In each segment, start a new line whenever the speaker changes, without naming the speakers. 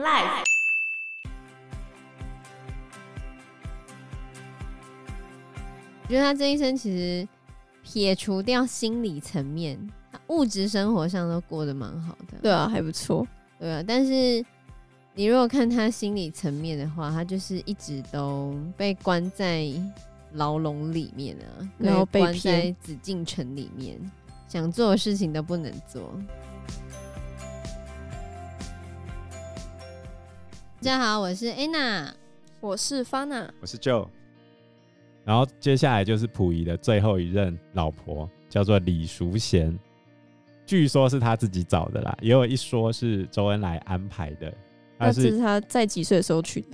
Life。
我觉得他这一生其实撇除掉心理层面，他物质生活上都过得蛮好的。
对啊，还不错。
对啊，但是你如果看他心理层面的话，他就是一直都被关在牢笼里面啊，
然后被
关
骗
在紫禁城里面，想做的事情都不能做。大家好，我是 Anna。
我是 Fana，
我是 Joe。然后接下来就是溥仪的最后一任老婆，叫做李淑贤，据说是他自己找的啦，也有一说是周恩来安排的。
那
但
这
是
是他在几岁的时候去的？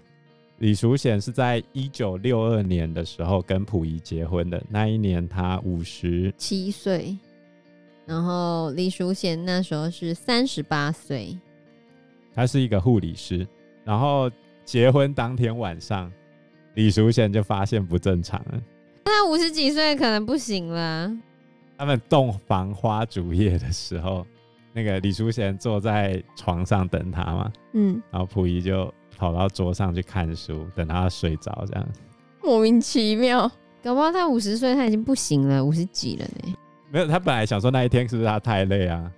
李淑贤是在一九六二年的时候跟溥仪结婚的，那一年他五十，
七岁，然后李淑贤那时候是三十八岁，
他是一个护理师。然后结婚当天晚上，李淑贤就发现不正常了，
那五十几岁可能不行了。
他们洞房花烛夜的时候，那个李淑贤坐在床上等他嘛，
嗯，
然后溥仪就跑到桌上去看书，等他睡着这样。
莫名其妙。
搞不好他五十岁他已经不行了，五十几了呢。
没有，他本来想说那一天是不是他太累啊？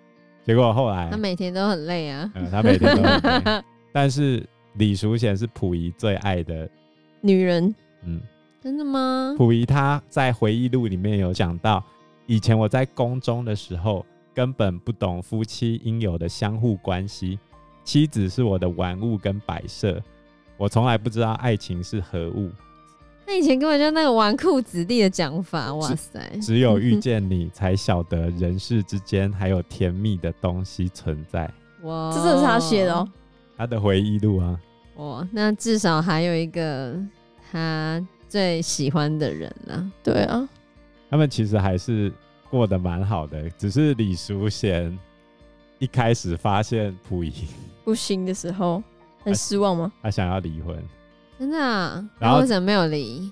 结果后来
他，每天都很累啊。
呃，他每天都很 累。但是李淑贤是溥仪最爱的，
女人，
嗯，
真的吗？
溥仪他在回忆录里面有讲到，以前我在宫中的时候，根本不懂夫妻应有的相互关系，妻子是我的玩物跟摆设，我从来不知道爱情是何物。
他以前根本就那个纨绔子弟的讲法，哇塞！
只有遇见你，才晓得人世之间还有甜蜜的东西存在。
哇，
这真的是他写的哦。
他的回忆录啊，
哇，那至少还有一个他最喜欢的人了。
对啊，
他们其实还是过得蛮好的，只是李淑贤一开始发现溥仪
不行的时候很
哎
失望吗？
他想要离婚，
真的、啊？
然后
他为什么没有离？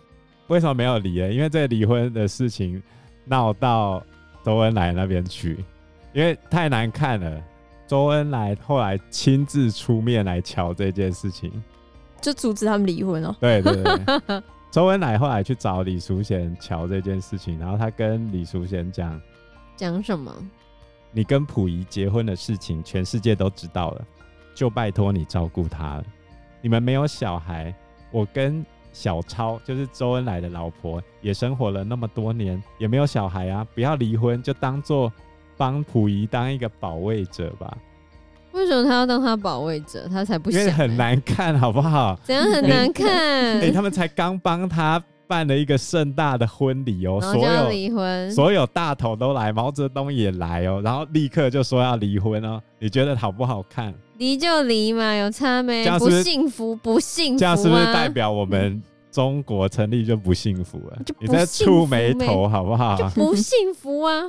为什么没有离呢？因为这个离婚的事情闹到周恩来那边去，因为太难看了。周恩来后来亲自出面来瞧这件事情，
就阻止他们离婚哦。
对对对，对周恩来后来去找李淑贤瞧这件事情，然后他跟李淑贤讲：“
讲什么？
你跟溥仪结婚的事情，全世界都知道了，就拜托你照顾他了。你们没有小孩，我跟小超就是周恩来的老婆，也生活了那么多年，也没有小孩啊，不要离婚，就当做帮溥仪当一个保卫者吧，
为什么他要当他保卫者？他才不
因
想、欸
为很，难看，好 不好？
怎样很难看？
哎、他们才刚帮他办了一个盛大的婚礼哦，
然后
所
就要
有
离婚，
所有大头都来，毛泽东也来哦，然后立刻就说要离婚哦。你觉得好不好看？
离就离嘛，有差没？
这样是
不
不是
幸福，不幸福、啊，
这样是不是代表我们中国成立就不幸福了
嗯就？不
你在
幸福欸
触眉头好不好？
不幸福啊？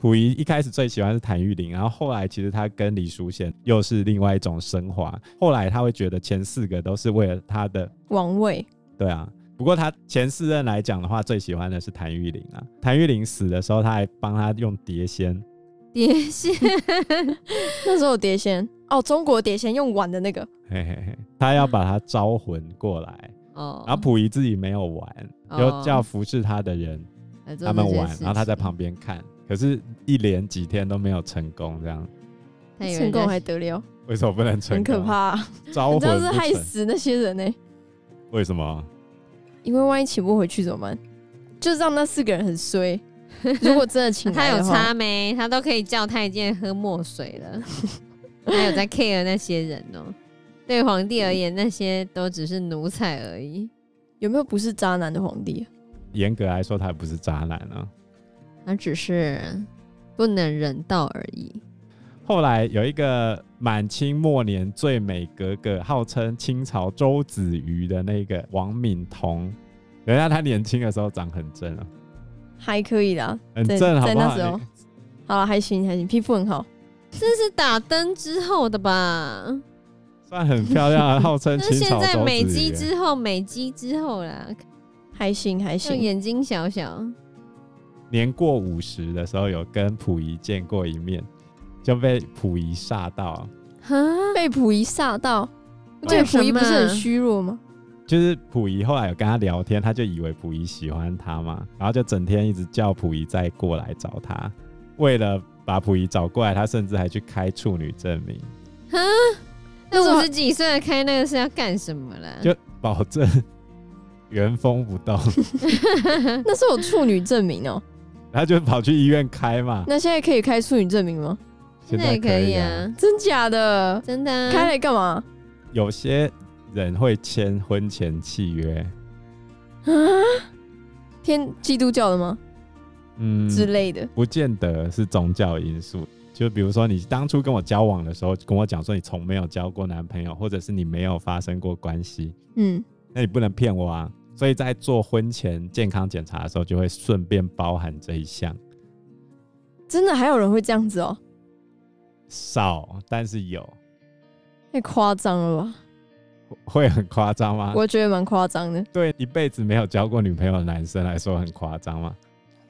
溥仪一开始最喜欢是谭玉玲，然后后来其实他跟李淑贤又是另外一种升华。后来他会觉得前四个都是为了他的，
王位，
对啊。不过他前四任来讲的话，最喜欢的是谭玉玲啊。谭玉玲死的时候，他还帮他用碟仙，
碟 仙，
那时候有碟仙哦，中国碟仙用碗的那个，
嘿嘿嘿，他要把他招魂过来。
哦，
然后溥仪自己没有玩，
哦
就叫服侍他的人
来做
他们
这件
玩，
事
然后他在
情
旁，边看，可是一连几天都没有成功，这样
他以为
成功
人家
还得了？
为什么不能成
很
功？
可怕、， 啊，
招
你
魂
知道是
不
害
成
死那些人呢、
为什么？
因为万一请不回去怎么办？就让那四个人很 衰。如果真的请
他
来
有
的话
差没？他都可以叫太监喝墨水了，他有在 care 那些人哦、对皇帝而言，那些都只是奴才而已。
有没有不是渣男的皇帝啊、
严格来说，他不是渣男啊。
他只是不能人道而已。
后来有一个满清末年最美格格，号称清朝周子瑜的那个王敏彤，人家他年轻的时候长很正啊，
还可以啦，
很
在
正好
在
不
那
好？
时候
你
好了，还行还行，皮肤很好，
这是打灯之后的吧？
算很漂亮啊，号称
那
清
现
朝
在
周
美
子
肌
瑜啊。
之后，美肌之后啦，
还行还
就
行。
眼睛小小，
年过五十的时候有跟溥仪见过一面，就被溥仪吓到，啊
哈，
被溥仪吓到。
为
这个溥仪
什
不是很
么
虚弱吗？
就是溥仪后来有跟他聊天，他就以为溥仪喜欢他嘛，然后就整天一直叫溥仪再过来找他。为了把溥仪找过来，他甚至还去开处女证明，
那
那
我
五十几岁的开那个是要干什么啦？
就保证 原封不动。
那是有处女证明哦。
他就跑去医院开嘛，
那现在可以开处女证明吗？
现
那
在
也可
以
以。啊，
真假的？
真的、啊。
开来干嘛？
有些人会签婚前契约，
啊？天基督教的吗？
嗯，
之类的。
不见得是宗教因素。就比如说，你当初跟我交往的时候，跟我讲说你从没有交过男朋友，或者是你没有发生过关系，
嗯，
那你不能骗我啊！所以在做婚前健康检查的时候，就会顺便包含这一项，
真的还有人会这样子哦、
少但是有，
太夸张了吧？
会很夸张吗？
我觉得蛮夸张的。
对一辈子没有交过女朋友的男生来说很夸张吗？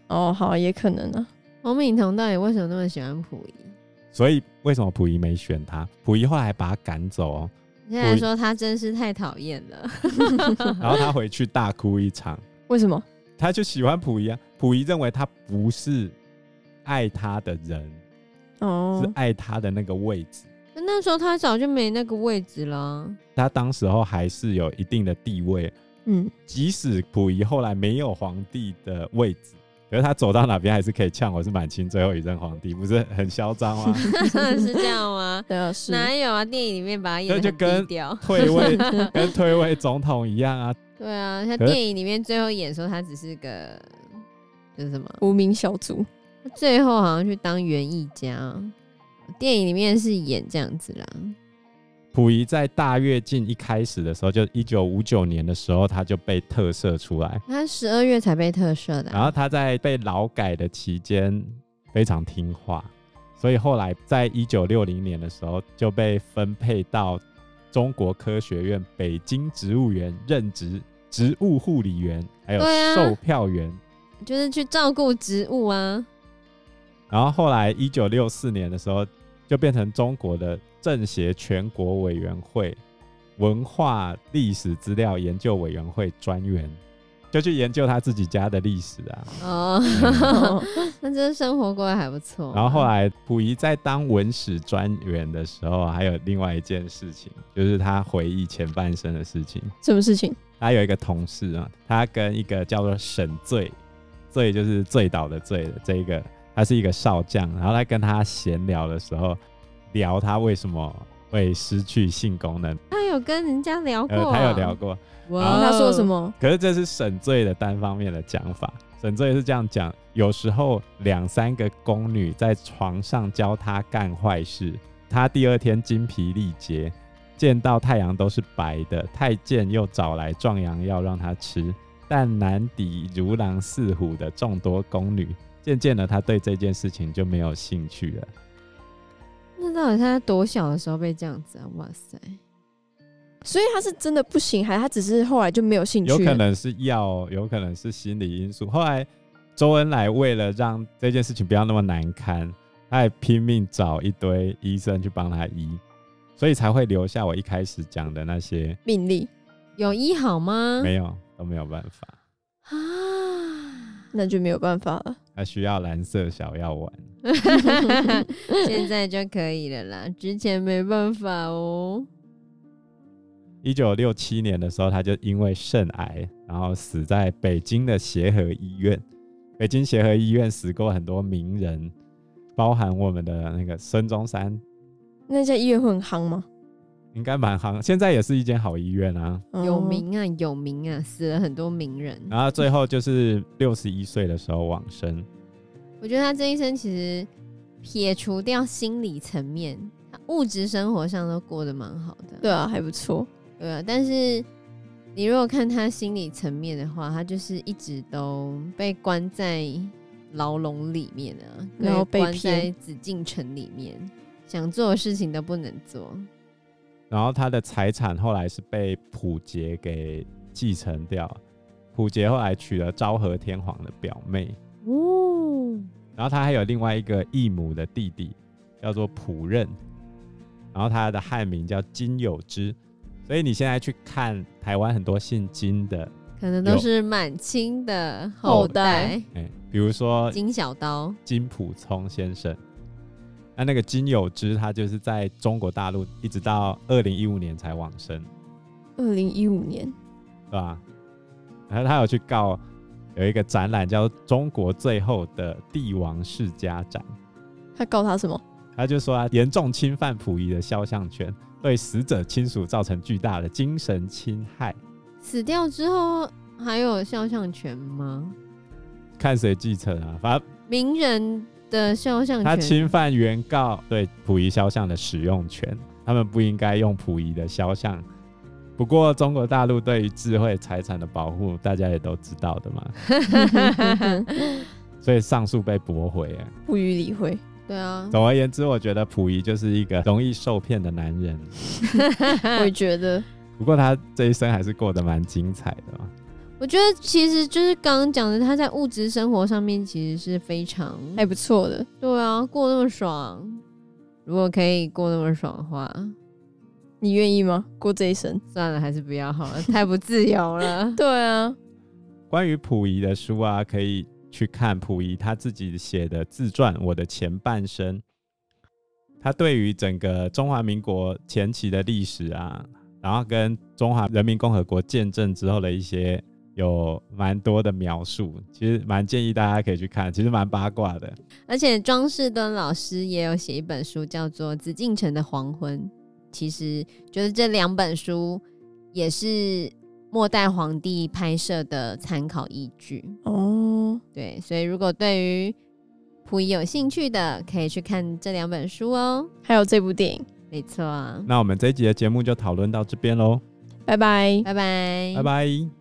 哦，好，也可能啊。
洪敏彤到底为什么那么喜欢溥仪？
所以为什么溥仪没选他？溥仪后来把他赶走、 哦，
你现在说他真是太讨厌了，
然后他回去大哭一场。
为什么？
他就喜欢溥仪啊，溥仪认为他不是爱他的人，是
哦，
爱他的那个位置。
那时候他早就没那个位置 了。
他当时候还是有一定的地位，
嗯，
即使溥仪后来没有皇帝的位置，可是他走到哪边还是可以呛我是满清最后一任皇帝，不是很嚣张吗？
是这样吗？
对啊，是。
哪有啊？电影里面把他演
那
的
就跟
低调。
退位跟退位总统一样啊，
对啊，他
可是
电影里面最后演说他只是个就是什么，
无名小卒，
他最后好像去当园艺家哦。电影里面是演这样子啦，
溥仪在大跃进一开始的时候，就一九五九年的时候，他就被特赦出来。
他十二月才被特赦的啊、
然后他在被劳改的期间非常听话，所以后来在一九六零年的时候就被分配到中国科学院北京植物园任职植物护理员，还有
对啊
售票员。
就是去照顾植物啊。
然后后来一九六四年的时候就变成中国的政协全国委员会文化历史资料研究委员会专员，就去研究他自己家的历史 啊。
哦，
哦
那真是生活过得还不错啊、
然后后来溥仪在当文史专员的时候，还有另外一件事情，就是他回忆前半生的事情。
什么事情？
他有一个同事啊，他跟一个叫做沈醉，醉就是醉倒的醉的这一个，他是一个少将。然后他跟他闲聊的时候，聊他为什么会失去性功能，
他有跟人家聊过、啊
呃，他有聊，过。
哇
哦
嗯他说什？么？
可是这是沈醉的单方面的讲法。沈醉是这样讲：有时候两三个宫女在床上教他干坏事，他第二天精疲力竭，见到太阳都是白的，太监又找来壮阳药让他吃，但难抵如狼似虎的众多宫女。渐渐的，他对这件事情就没有兴趣了。
那到底他多小的时候被这样子啊？哇塞！
所以他是真的不行，还他只是后来就没有兴趣
有
了？
可能是药，哦有可能是心理因素。后来周恩来为了让这件事情不要那么难堪，他还拼命找一堆医生去帮他医，所以才会留下我一开始讲的那些
病例，
有医好吗？
没有都没有办
啊！
法，
那就没有办法了。
他需要蓝色小药丸。
现在就可以了啦，之前没办法哦。
一九六七年的时候，他就因为肾癌，然后死在北京的协和医院。北京协和医院死过很多名人，包含我们的那个孙中山，
那家医院会很夯吗？
应该蛮行，现在也是一间好医院啊。
哦
有名啊，有名啊，死了很多名人。
然后最后就是六十一岁的时候往生，
我觉得他这一生其实撇除掉心理层面，他物质生活上都过得蛮好的。
对啊，还不错。
对啊，但是你如果看他心理层面的话，他就是一直都被关在牢笼里面啊，
然后被
关在
骗
紫禁城里面，想做的事情都不能做。
然后他的财产后来是被溥杰给继承掉，溥杰后来娶了昭和天皇的表妹，
哦，
然后他还有另外一个异母的弟弟，叫做溥任，然然后他的汉名叫金有之，所以你现在去看台湾很多姓金的，
可能都是满清的
后
后代，
哎、比如说
金小刀，
金溥聪先生。那那个金有之，他就是在中国大陆一直到二零一五年才往生，
二零一五年，
对吧？然后他有去告有一个展览叫《中国最后的帝王世家展》，
他告他什么？
他就说啊，严重侵犯溥仪的肖像权，对死者亲属造成巨大的精神侵害，
死掉之后还有肖像权吗？
看谁继承啊。反正
名人的肖像
他
权，
侵犯原告对溥仪肖像的使用权，他们不应该用溥仪的肖像。不过，中国大陆对于智慧财产的保护，大家也都知道的嘛，所以上诉被驳回啊。
不予理会。
对啊，
总而言之，我觉得溥仪就是一个容易受骗的男人。
我也觉得，
不过他这一生还是过得蛮精彩的嘛。
我觉得其实就是刚刚讲的，他在物质生活上面其实是非常
还不错的。
对啊，过那么爽。如果可以过那么爽的话，
你愿意吗？过这一生？。
算了，还是不要好了， 太不自由了
对啊，
关于溥仪的书啊，可以去看溥仪他自己写的自传《我的前半生》，他对于整个中华民国前期的历史啊，然后跟中华人民共和国建政之后的一些有蛮多的描述，其实蛮建议大家可以去看，其实蛮八卦的。
而且庄士敦老师也有写一本书，叫做《紫禁城的黄昏》。其实觉得这两本书也是末代皇帝拍摄的参考依据。
哦，
对，所以如果对于溥仪有兴趣的，可以去看这两本书哦。
还有这部电影，
没错啊，
那我们这一集的节目就讨论到这边喽，
拜拜。
拜拜，
拜拜。